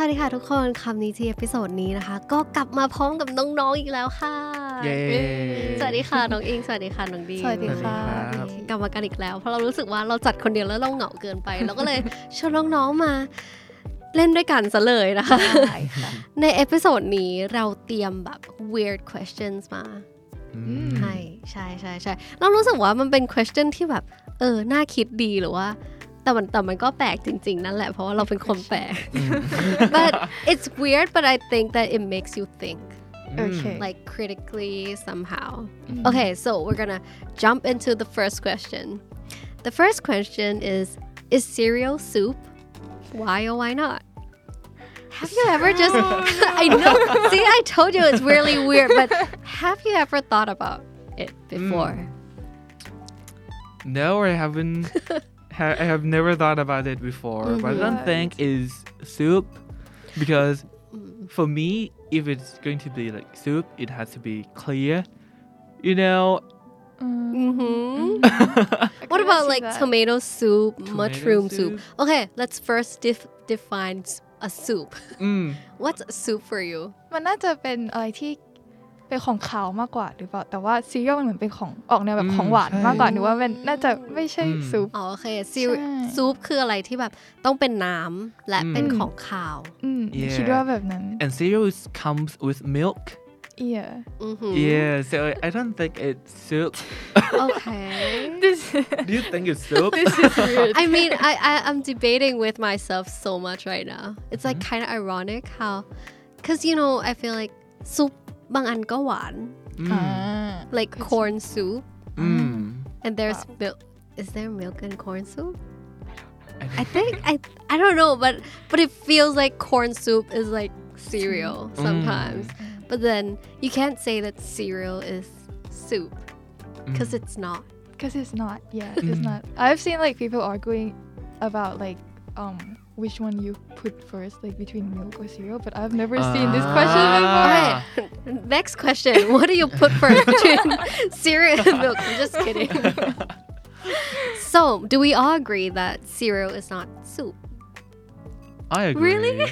วัสดีค่ะทุกคนคำนี้ที่เอพิโซดนี้นะคะ ก็กลับมาพร้อมกับน้องๆอีกแล้วค่ะ เย้ สวัสดีค่ะน้องอิงสวัสดีค่ะน้องดีม สวัสดีค่ะ สวัสดีครับ กลับมากันอีกแล้ว เพราะเรารู้สึกว่าเราจัดคนเดียวแล้วเราเหงาเกินไป เราก็เลย ชวนน้องๆมาเล่นด้วยกันซะเลยนะคะ ใช่ค่ะ ในเอพิโซดนี้เราเตรียมแบบ weird questions มา อืม ใช่ใช่ใช่ใช่เรารู้สึกว่ามันเป็น question ที่แบบ เออ น่าคิดดีหรือว่า แต่มันแต่มันก็แปลกจริง ๆ นั่นแหละ เพราะว่าเราเป็นคนแปลก but it's weird but I think that it makes you think โอเค Mm. like critically somehow Mm-hmm. okay so we're gonna jump into the first question the first question is is cereal soup why or why not have you ever just I know see I told you it's really weird but have you ever thought about it before Mm. No, I haven't. ha- I have never thought about it before. But one Mm-hmm. thing is soup, because Mm. for me, if it's going to be like soup, it has to be clear. You know, hmm What about like tomato soup, Mm-hmm. Tomato mushroom soup. soup. Okay, let's first def- define s- a soup. mm, What's a soup for you? มันน่าจะเป็นอะไรที่เป็นของขาวมากกว่าหรือเปล่า แต่ว่าซีเรียลมันเหมือนเป็นของออกแนวแบ อื บ ม ของหวาน ใช่ มากกว่าหรือว่ามันน่าจะไม่ใช่ อืม ซุป อ๋อโอเคซิ ใช่ ซุปคืออะไรที่แบบต้องเป็นน้ำและ อืม เป็นของขาว อืม Yeah คิดว่าแบบนั้น and cereal is- comes with milk. เอีย อือหือ Yeah, so I don't think it's soup. โอเค this Do you think it's soup? this is weird I mean I, I I'm debating with myself so much right now it's like kind of ironic how cause you know I feel like ซุปบางอันก็หวาน อ่า uh, mm, like corn soup mm. and there's milk is there milk in corn soup i think i i don't know but but it feels like corn soup is like cereal sometimes but then you can't say that cereal is soup Mm. because it's not because it's not yeah it's not I've seen like people arguing about like um which one you put first like between milk or cereal but I've never seen this question before Ah. next question what do you put first between cereal and milk i'm just kidding so do we all agree that cereal is not soup I agree. Really?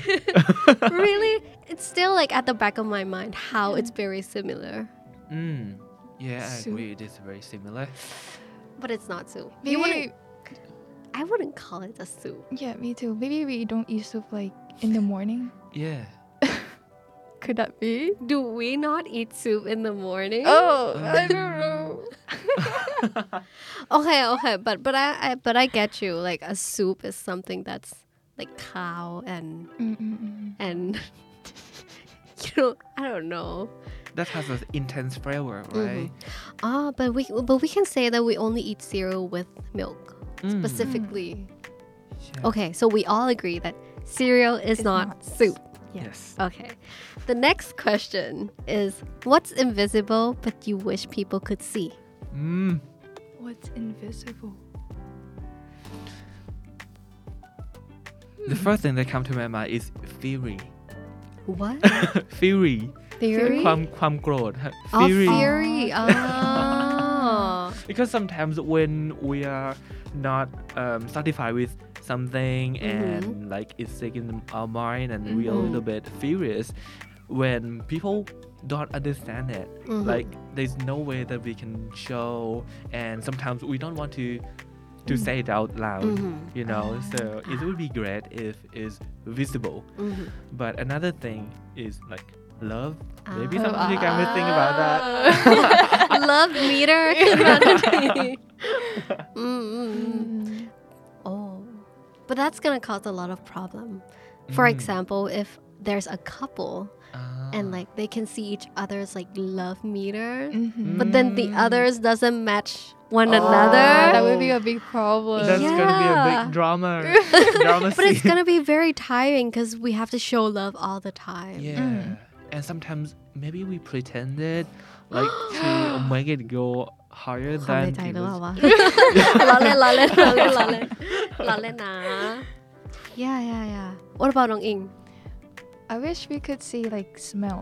really it's still like at the back of my mind how it's very similar Mm. Yeah, I Soup. agree. It is very similar. But it's not soup. maybe You wouldn't, I wouldn't call it a soup. yeah me too maybe we don't eat soup like in the morning Yeah. could that be Do we not eat soup in the morning? Oh, I don't know. Okay, okay, but but I, I but I get you. Like a soup is something that's like cow and Mm, and you know I don't know. That has an intense flavor, right? Ah, but we but we can say that we only eat cereal with milk Mm. specifically. Yeah. Okay, so we all agree that cereal is It's not, not soup. Yes. Okay. The next question is what's invisible but you wish people could see? Mm. What's invisible? The first thing that comes to my mind is fury. What? fury. Theory? ความ-ความโกรธ Oh, Fury. theory. Oh. Because sometimes when we are not um, satisfied with something and like it's taking our mind and we're a little bit furious, when people don't understand it, like there's no way that we can show, and sometimes we don't want to to say it out loud, you know. So it would be great if it's visible. But another thing is like love. Maybe Ah. sometimes you can think about that. Love meter Mm, ขึ้นมาทันทีอืมอืมอืม Oh. But that's going to cause a lot of problem. For example, if there's a couple and like they can see each other's like love meter, but then the others doesn't match one Ah, That another. would be a big problem. That's gonna be a Yeah. big drama. drama But it's scene. going to be very tiring because we have to show love all the time. Yeah. Mm. And sometimes maybe we pretend it, like to make it go higher ความใน than ใจหรือเปล่า people's- วะ ล้อเล่นล้อเล่นล้อเล่นล้อเล่นล้อเล่นนะ yeah yeah yeah what about น้องอิง I wish we could see like smell,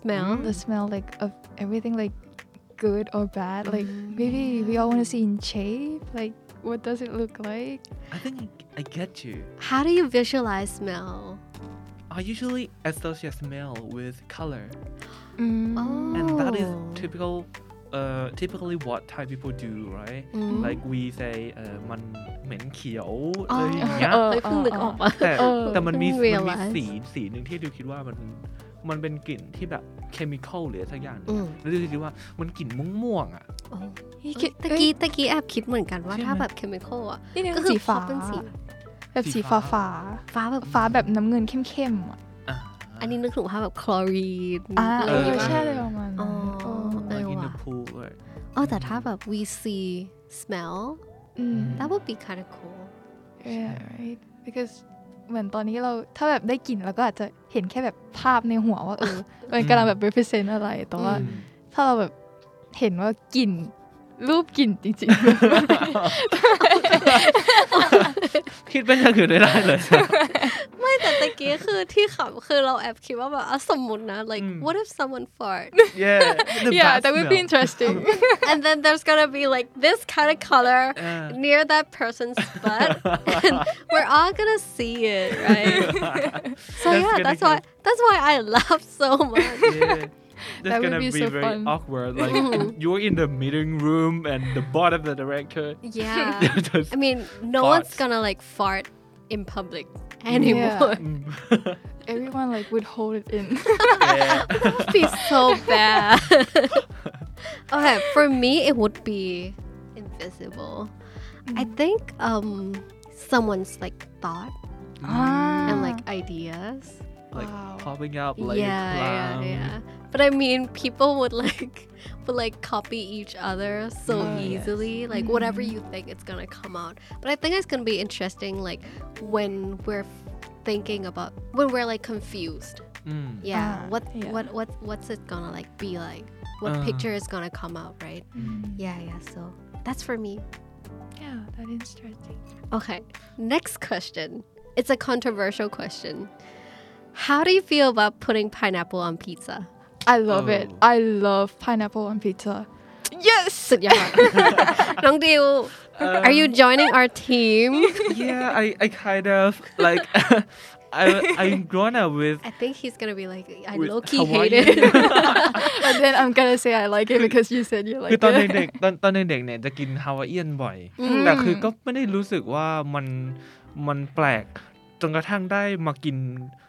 smell the smell like of everything like good or bad. Like maybe we all want to see in shape. Like what does it look like? I think I, I get you. how do you visualize smell I usually associate smell with color, Mm. Oh. and that is Oh. typical, uh, typically what Thai people do, right? Mm. Like we say, uh, มันเหม็นเขียว อ๋อ อะไรอย่าง เงี้ย เออเพิ่งนึกออกมา แต่ เออ แต่มันมี เพิ่ง มันมี realize สีสีหนึ่งที่ดิวคิดว่ามันมันเป็นกลิ่นที่แบบเคมีคอลหรือสักอย่างหนึ อื ง ม แล้วดิวคิดว่ามันกลิ่นม่วงๆอ่ะ โอ้ เฮ้ยคิด ตะ เอ้ย กี้ตะกี้แอบคิดเหมือนกันว่า ใช่ไหม ถ้าแบบ chemical อ่ะ นี่นึง ก็คือ สีฟ้า เขาเป็นสี แบบสี ฟ้า ฟ้าฟ้าฟ้าแบบ ฟ้าแบบน้ำเงินเข้มๆอะ อ่ะ อันนี้นึกถึงภาพแบบคลอรีน อ่า อะ เอ ไรอย่างเงี้ย เอออ ปะ ใช่เลยประมาณ อ๋ นั้ อน เออ เอ like in the ว่ะ pool right? อ๋อแต่ถ้าแบบ we see smell อืม that would be kind of cool yeah right because เหมือนตอนนี้เราถ้าแบบได้กลิ่นเราก็อาจจะเห็นแค่แบบภาพในหัวว่าเอ อมันกำลังแบบ represent อะไรแต่ว่า อืม ถ้าเราแบบเห็นว่ากลิ่นรูปกลิ่นจริงๆ มันเป็น คิดเป็นอย่างอื่นไม่ได้เลย ไม่แต่ตะกี้คือที่ขำคือเราแอบคิดว่าแบบอ่ะสมมตินะ like อืม what if someone fart yeah the yeah best that would be smell. interesting and then there's gonna be like this kind of color เออ near that person's butt and we're all gonna see it right so That's yeah gonna that's why that's why I laugh so much Yeah. That's That would gonna be be, so very fun. awkward. Like you're in the meeting room and the board of the director. yeah just- I mean no one's Farts. gonna like fart in public anymore Mm. everyone like would hold it in yeah. that would be so bad okay for me it would be invisible I think um someone's like thought and Ah. like ideas like Wow. popping up like a yeah, clown. yeah. But I mean, people would like would like copy each other so Ah, Oh, yes. easily. Like whatever you think, it's gonna come out. But I think it's gonna be interesting. Like when we're thinking about when we're like confused. Mm. Yeah. Ah, what yeah. what what what's it gonna like be like? What Uh-huh. Uh. picture is gonna come out? Right. Yeah. Yeah. So that's for me. yeah that interesting Okay. Next question. It's a controversial question. How do you feel about putting pineapple on pizza? I love it Oh. I love pineapple on pizza yes สุดยอ ด น้องดิว are Um, you joining our team yeah, I, I kind of like I I'm grown up with I think he's gonna be like I with low key hate Hawaiian. it and then I'm gonna say I like it because you said you คื like อตอน it เด็กๆตอนตอนเด็กๆเนี่ยจะกินฮาวายเอียนบ่อย อืม แต่คือก็ไม่ได้รู้สึกว่ามันมันแปลก จนกระทั่งได้มากิน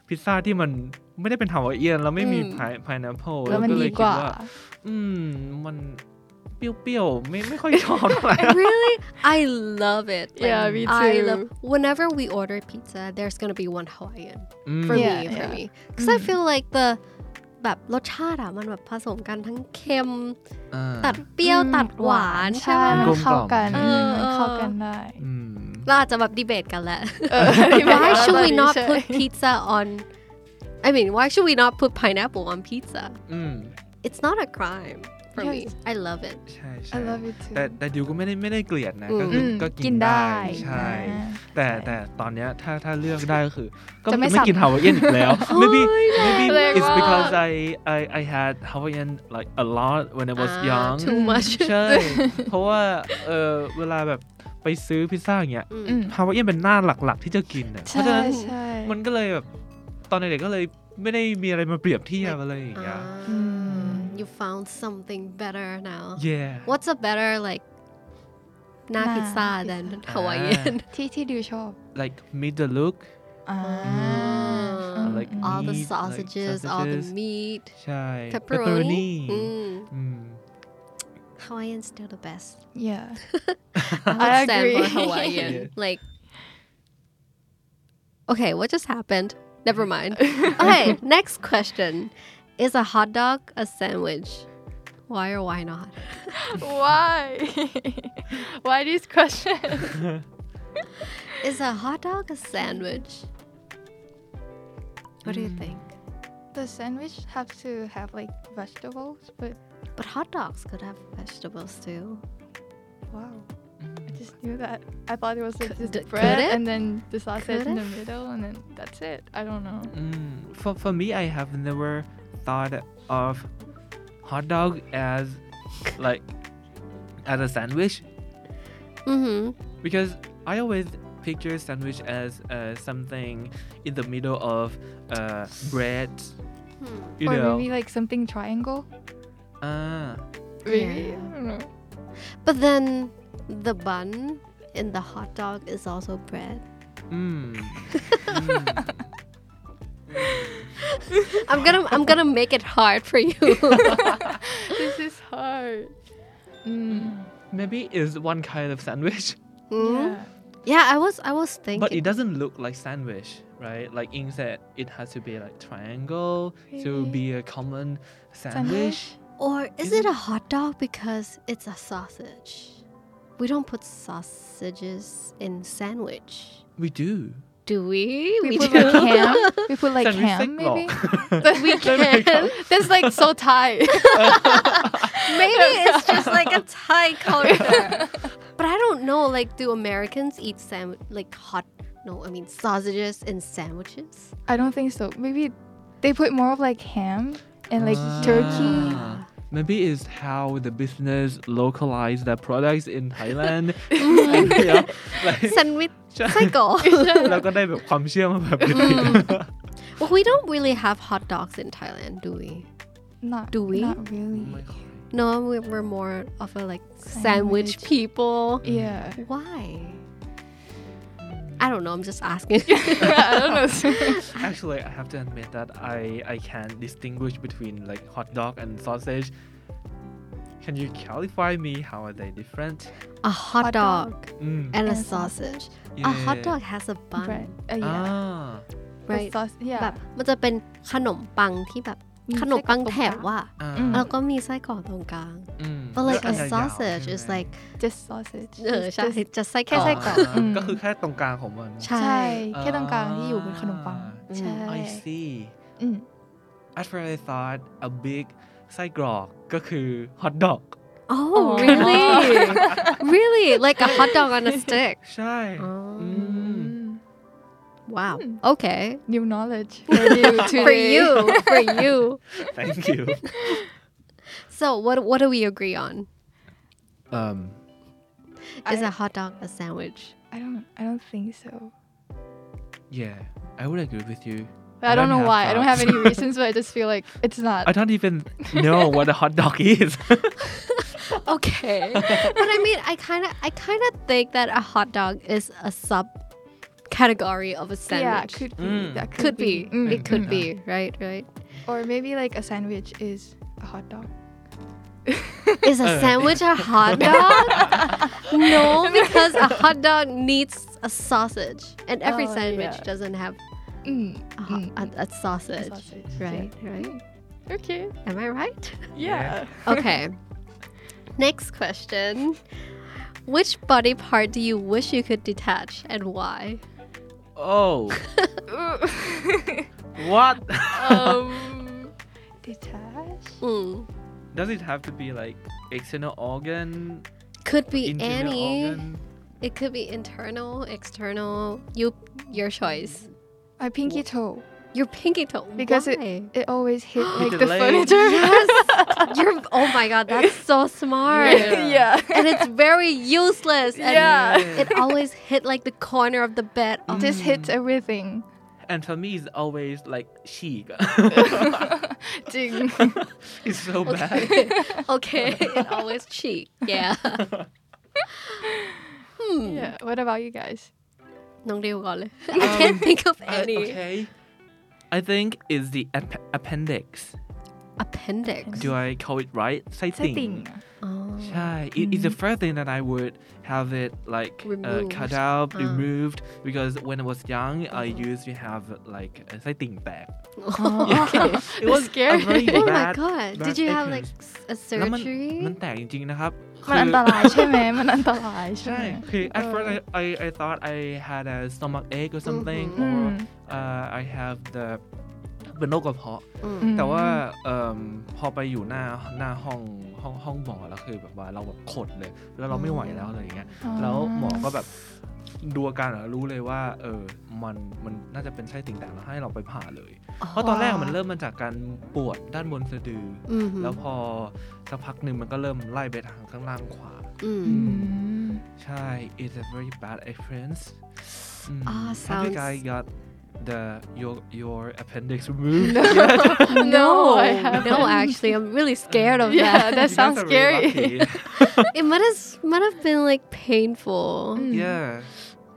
พิซซ่าที่มันไม่ได้เป็นฮาวายเอียน แล้วไม่มี อืม พายพายนัพเปิล แล้วมัน ก็เล ดี ย ก คิด ว่า ว่า อืม มันเปรี้ยวๆ ไม่ไม่ค่อยชอบเท่าไหร่ really I love it Like, Yeah, me I too. love whenever we order pizza there's gonna be one Hawaiian อืม for me Yeah, for yeah. me because I feel like the แบบรสชาติอะมันแบบผสมกันทั้งเค็ม อ่า ตัดเปรี้ยวตัดหวานใช่ไหม มั Mm. มักลมกล่อนนม เข้ากัน เออ มันเข้ากันได้ อืม เราอาจจะแบบดีเบตกันแหละ เออ why should we not ใช่ put pizza on I mean why should we not put pineapple on pizza อืม it's not a crime for me. Yes. I love it. ใช่ใช่ I love it too แต่แต่ดิวก็ไม่ได้ไม่ได้เกลียดนะ ก็ อื คือ ม ก็ กิ กิ น น ได้ ได้ใช่ นะ แต่แต่ตอนเนี้ยถ้าถ้าเลือกได้ก็คือ ก็ จะไม่ ไม่ สั่ง กินฮาวายเอียนอีกแล้ว maybe maybe แรง it's มาก because I I I had Hawaiian like a lot when I was Ah, young too much. ใช่ เพราะว่าเออเวลาแบบไปซื้อพิซซ่าอย่างเงี้ย Mm. อืม ฮาวายเอียนเป็นหน้าหลักๆ ที่จะกินอ่ะเพ ใช่ ราะฉะนั้น ใช่ มันก็เลยแบบตอนเด็กๆก็เลยไม่ได้มีอะไรมาเปรียบเทียบอะไรอย่างเงี้ย Ah, Mm. you found something better now. yeah What's a better like na Na pizza than Hawaiian? ที่ที่ดิวชอบ like meet the look อ่า Ah. like all the meat, like sausages, all the sausages. meat, ใช่ pepperoni. pepperoni Mm. อืม Hawaiian's still the best. yeah I I would stand for agree. Yeah. Hawaiian. Like, okay, what just happened? Never mind. Okay, next question: Is a hot dog a sandwich? Why or why not? why why this question Mm。 Is a hot dog a sandwich? What do you think? the sandwich have to have like vegetables but But hot dogs could have vegetables too. wow I just knew that I thought it was like Could- just could bread it? and then the sausage Could in it? the middle and then that's it I don't know Mm, for, for me, I have never thought of hot dog as like as a sandwich Mm-hmm. because I always picture sandwich as uh, something in the middle of uh, bread. You or know, maybe like something triangle. ah, Maybe Yeah. I don't know. But then the bun in the hot dog is also bread. mm, mm. I'm gonna I'm gonna make it hard for you. this is hard. Mm. maybe it's one kind of sandwich, Mm? Yeah. Yeah, I was I was thinking. but it doesn't look like sandwich, right? Like instead, it has to be like triangle to Really? be a common sandwich. Sandwich. Or is it a hot dog because it's a sausage? We don't put sausages in sandwich, We do. do we? We put like ham. We put like Sandwich ham thick maybe. block. we can. That's like so Thai. Maybe it's just like a Thai culture. but I don't know. Like, do Americans eat sandwich like hot? No, I mean sausages in sandwiches. I don't think so. Maybe they put more of like ham and like turkey. Ah. Maybe it's how the business localize their products in Thailand. Yeah, like- แซนด์วิชไส้กรอก แล้วก็ได้แบบความเชื่อมาแบบนี้ Mm. well, we don't really have hot dogs in Thailand, do we? Not Do we? Not Oh really. No, we- we're more of a like sandwich, Sandwich. people. Yeah. Why? I don't know. I'm just asking. I don't know. Actually, I have to admit that I I can distinguish between like hot dog and sausage. Can you qualify me? How are they different? a hot, Hot dog, dog. Mm, and a And sausage. yeah. A hot dog has a bun, Bread. Uh, yeah. Ah, The right? Sauce, แบ yeah. บมันจะเป็นขนมปังที่แบบ มี ขนมปัง ไส้กรอก แถบว่ะ อ่า อืม แล้วก็มีไส้กรอกตรงกลาง อืม but แล้ว like อัน a ยาวๆ sausage ใช่ is ไหม like Just sausage. เออ Just- ใช่ just- จะไส้ แค่ แค่ ไส้ ไส้ ก ก ร ร อ อก ก อืม ก็คือแค่ตรงกลางของมัน ใช่ ใช่ แค่ตรงกลางที่อยู่บนขนมปัง อ่า ใช่ I see อืม at first I thought a big ไส้กรอกก็คือ hot dog Oh, Oh. really? really? Like a hot dog on a stick. ใช่ Wow. Mm. Okay. New knowledge for you today. For you. For you. thank you So what what do we agree on? um Is I- a hot dog a sandwich? I don't. I don't think so. yeah I would agree with you I don't know have why. I don't have thoughts. any reasons, but I just feel like it's not. I don't even know what a hot dog is Okay. but I mean I kinda I kinda think that a hot dog is a sub category of a Yeah, sandwich. could be. Mm. That could, could be. Mm, It could mm. be, right? Right. Or maybe like a sandwich is a hot dog. Is a sandwich a hot dog? no, because a hot dog needs a sausage, and every Oh, sandwich yeah. doesn't have a, ho- Mm. Mm. Uh-huh. Mm-hmm. a, a sausage. sausage, yeah. Mm. Right, right. Okay. Am I right? Yeah. Yeah. Okay. Next question. Which body part do you wish you could detach and why? oh what um. Detach. Mm. does it have to be like external organ Could be internal any. organ It could be internal, external. You, your choice. My pinky toe. Your pinky toe. Because Why? it it always hit like the the, leg. furniture. yes. You're. Oh my god, that's so smart. Yeah. And it's very useless. And Yeah. It always hit like the corner of the bed. Oh, Just hits everything. and for me it's always like cheek Ding. it's so bad okay. okay. It always cheat. Yeah. hmm. yeah. What about you guys? Nong Deo got it. I can't think of I- any Uh, okay. I think it's the app- appendix. appendix. Do I call it right? Sighting. Setting. Oh. Yeah, it, it's the first thing that I would have it like uh, cut Removed. out, Ah. removed because when I was young, I used to have like a sighting bag. Oh, okay. It was scary. a very Oh my bad. god. bad Did you have like sickness. s- a แล้วมัน surgery? มันแตกจริงๆนะครับ มันอัน คือ ต รายใช่ไหมมันอันตรายใช่ไหม Right. Okay, at first I, I, I thought I had a stomach ache or something, Mhm. Mm. or uh, I have the เป็นโรคกระเพาะ Mm. แต่ว่าเอิ่มพอไปอยู่หน้าหน้าห้องห้องห้องหมอแล้วคือแบบว่าเราแบบขดเลย แล้วเราไม่ไหวแล้วอะไรอย่างเงี้ย อ๋อ แล้วหมอก็แบบดูอาการแล้วรู้เลยว่า เออ มันมันน่าจะเป็นไส้ติ่งแตกแล้วให้เราไปผ่าเลย Oh. เพราะตอนแรกมันเริ่มมาจากการปวดด้านบนสะดือ Mhm. แล้วพอสักพักหนึ่งมันก็เริ่มไล่ไปทางข้างล่างขวา Mm. อืม Chai is a very bad experience. Mm. Ah, Have you sounds- guys got the your your appendix removed? No. yet? No, I haven't. no, actually, I'm really scared of that. Yeah, that You guys sounds are really scary. lucky. it might have might have been like painful, Mm. yeah.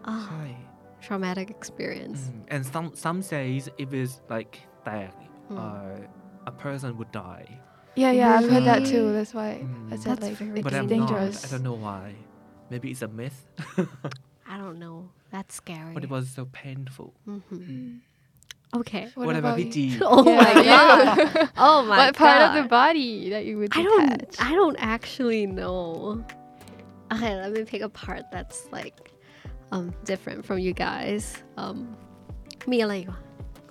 Ah, Chai. traumatic experience. Mm. And some some says if it's like that, Mm. uh, a person would die. Yeah, yeah, I've heard that too. Really? That's why I Mm. said That's like very But it's I'm dangerous. not. I don't know why. Maybe it's a myth. I don't know. That's scary. but it was so painful. Mhm. Okay. What, about you? Viti? Oh my god. Yeah. Oh my what part of the God. body that you would I don't. detach? I don't actually know. Okay, let me pick a part that's like um different from you guys. Um, มีอะไร อีกวะ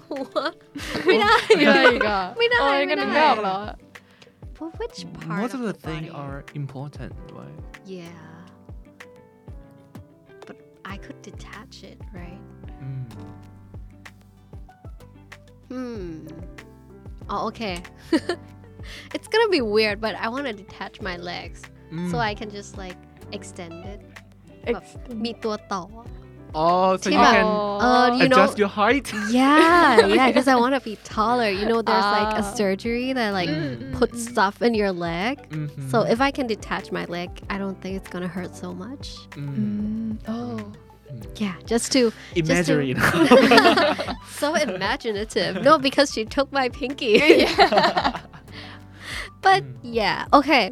หั วไม่ได้ Oh, ไม่ได้ you're ไม่ gonna ได้ milk เหรอ? But which part Most of the body? things are important, right? Yeah. But I could detach it, right? Mm. Hmm. Oh, okay. it's gonna be weird, but I want to detach my legs so Mm. I can just like extend it. Extend. มีตัวต่อ Oh, so Tim- you can Uh, you know- Mm. adjust your height. Yeah, yeah, because I want to be taller. You know, there's like a Ah. surgery that like Mm, mm, puts mm. stuff in your leg. Mhm. So if I can detach my leg, I don't think it's gonna hurt so much. Mm. Mm, Oh. Yeah, just to imaginary. so imaginative. No, because she took my pinky. Yeah. but Mm. yeah, okay.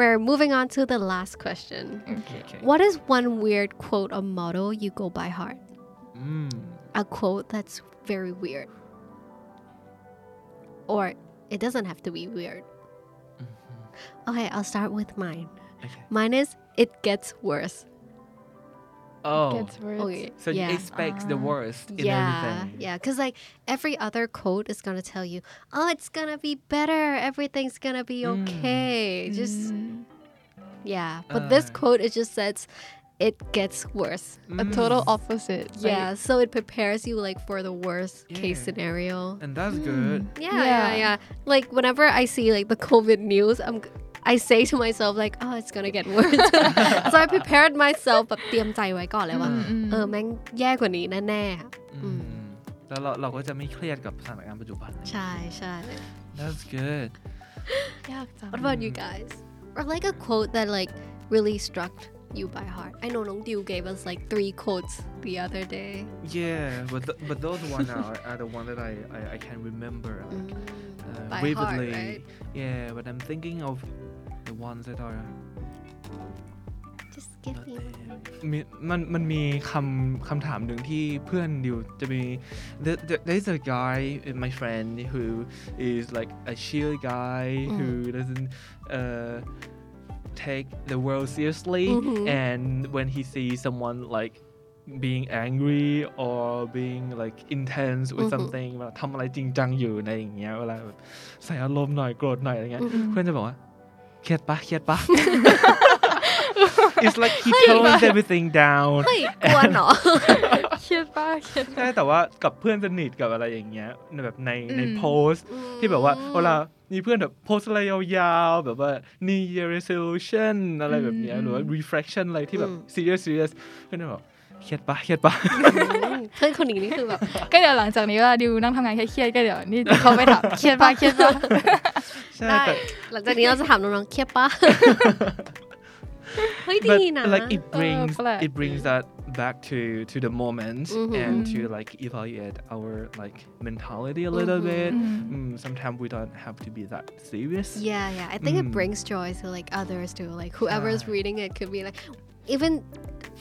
We're moving on to the last question. okay. What is one weird quote or motto you go by heart? Mm. a quote that's very weird. Or it doesn't have to be weird. Mm-hmm. Okay, I'll start with mine. Okay. Mine is it gets worse. Oh, Gets worse. Okay. so yeah. you expect the Ah. worst in yeah, everything. yeah, because like every other quote is gonna tell you, oh, it's gonna be better, everything's gonna be Mm. okay. Just Mm, yeah, but this Uh. quote it just says, it gets worse. a Mm. total opposite. like- yeah, so it prepares you like for the worst case Yeah. scenario. and that's good. Yeah, yeah, Yeah. yeah. Like whenever I see like the COVID news, I'm g- I say to myself like, oh, it's gonna get worse. so I prepared myself แบบเตรียมใจไว้ก่อนเลยว่า อืมอืม เออแม่งแย่กว่านี้แน่ อืม Mm. แล้วเราเราก็จะไม่เครียดกับสถานการณ์ปัจจุบันนะ ๆใช่ใช่ That's good. What about you guys? Or like a quote that like really struck you by heart. I know Nong Diu gave us like three quotes the other day. Yeah, but th- but those one are, are the one that I, I, I can remember like, Mm, uh, by heart, vividly. right? Yeah, but I'm thinking of the ones that are Just give not me. there. one. มีมันมันมีคำคำถามหนึ่งที่เพื่อนดิวจะมี there, there- there's a guy in my friend who is like a chill guy who doesn't uh take the world seriously Mhm. and when he sees someone like being angry or being like intense อื with อหือ something เวลาทำอะไรจริงจังอยู่ในอย่างเงี้ยเวลาแบบใส่อารมณ์หน่อยโกรธหน่อยอะไรเงี้ยเพื่อนจะบอกว่าเครียดปะเครียดปะ it's like he tones everything down เฮ้ยกลัวเหรอ ใช่แต่ว่ากับเพื่อนสนิทกับอะไรอย่างเงี้ยแบบในใน อืม โพสต์ที่แบบว่าเว ลามีเพื่อนแบบโพสต์อะไรยาวๆแบบว่า New Year resolution อะไรแบบเนี้ยหรือว่า reflection อะไรที่แบบ อืม serious serious เพื่อนจะบอกเครียดปะเครียดปะ อืมเพื่อนคนนี้นี่คือแบบ ก็เดี๋ยวหลังจากนี้เวลาดิวนั่งทำงานเครียดๆก็เดี๋ยวนี่เขาไปถามเครียดปะเครียดปะ ใช่ ได้ แต่ หลังจากนี้เราจะถามน้องๆเครียดปะ เฮ้ย but ดีนะ like Oh, it brings แปลก it brings that back to to the moment อือหือ and to like evaluate our like mentality a little อือหือ bit อืม อืม sometimes we don't have to be that serious Mm-hmm. yeah yeah I think it Mm. brings joy to like others too like whoever is ใช่ reading it could be like even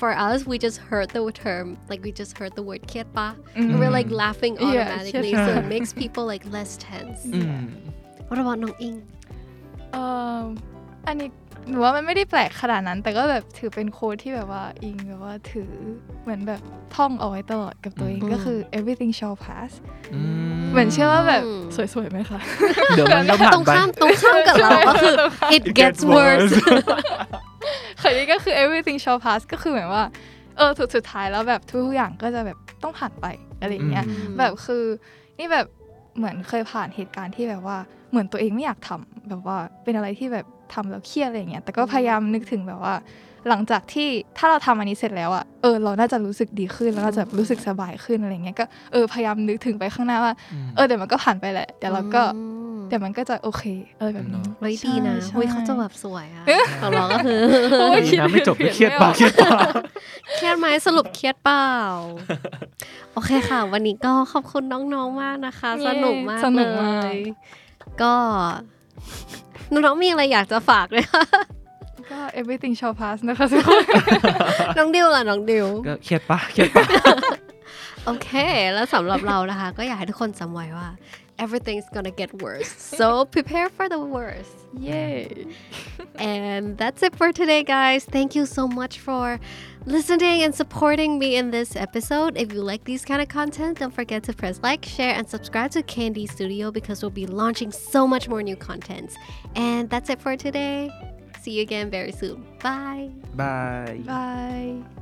for us we just heard the term like we just heard the word เครียดปะ อืม we're like laughing Yeah, automatically เครียด so it makes people like less tense อืม what about น้องอิง เอ่ออันนี้หนูว่ามันไม่ได้แปลกขนาดนั้น แต่ก็แบบถือเป็นโค้ดที่แบบว่าอิงแบบว่าถือเหมือนแบบท่องเอาไว้ตลอดกับตัวเอง อืม ก็คือ everything shall pass อืม Mm. เหมือนเชื่อว่าแบบ อืม สวยๆไหมคะ เดี๋ยวมันก็ผ่า ตร น ง ไป ข้ามตรงข้ามกับเราก็คือ it It gets gets worse worse คราวนี้ก็คือ everything shall pass ก็คือเหมือนว่าเออสุดสุดท้ายแล้วแบบทุกๆอย่างก็จะแบบต้องผ่านไปอะไรอย่างเงี้ย อืม แบบคือนี่แบบเหมือนเคยผ่านเหตุการณ์ที่แบบว่าเหมือนตัวเองไม่อยากทำแบบว่าเป็นอะไรที่แบบ ทำแล้วเครียดอะไรอย่างเงี้ยแต่ก็พยายามนึกถึงแบบว่า หลังจากที่ถ้าเราทำอันนี้เสร็จแล้วอะเออเราน่าจะรู้สึกดีขึ้นแล้วเราจะรู้สึกสบายขึ้นอะไรเงี้ยก็เออพยายามนึกถึงไปข้างหน้าว่าเอ Oh, อเดี๋ยวมันก็ผ่านไปแหละเดี๋ยวเราก็เดี๋ยวมันก็จะโอเคอะไรแบบนี้ เฮ้ยดีนะ ใช่ เฮ้ยเขาจะแบบสวยอะของเราก็คือ โอ้ย ดีนะไม่จบ ไม่เครียดปากเครียดปาก เครียดไหมสรุปเครียดเป ล่า โอเคค่ะ วันนี้ก็ขอบคุณน้องๆมากนะคะ เย้ สนุกมาก สนุ เล กมาก ย ก็ น้องๆมีอะไรอยากจะฝากเลย คะ ก็ everything shall pass นะคะทุก คน น้องดิวล่ะน้องดิว ก็เครียดปะเครียดปะ โอเค แล้วสำหรับเรานะคะ ก็อยากให้ทุกคนจำไว้ว่า everything's gonna get worse so prepare for the worst เย้ And that's it for today, guys. Thank you so much for listening and supporting me in this episode. If you like these kind of content, don't forget to press like, share, and subscribe to Candy Studio because we'll be launching so much more new content. And that's it for today. See you again very soon. Bye. Bye. bye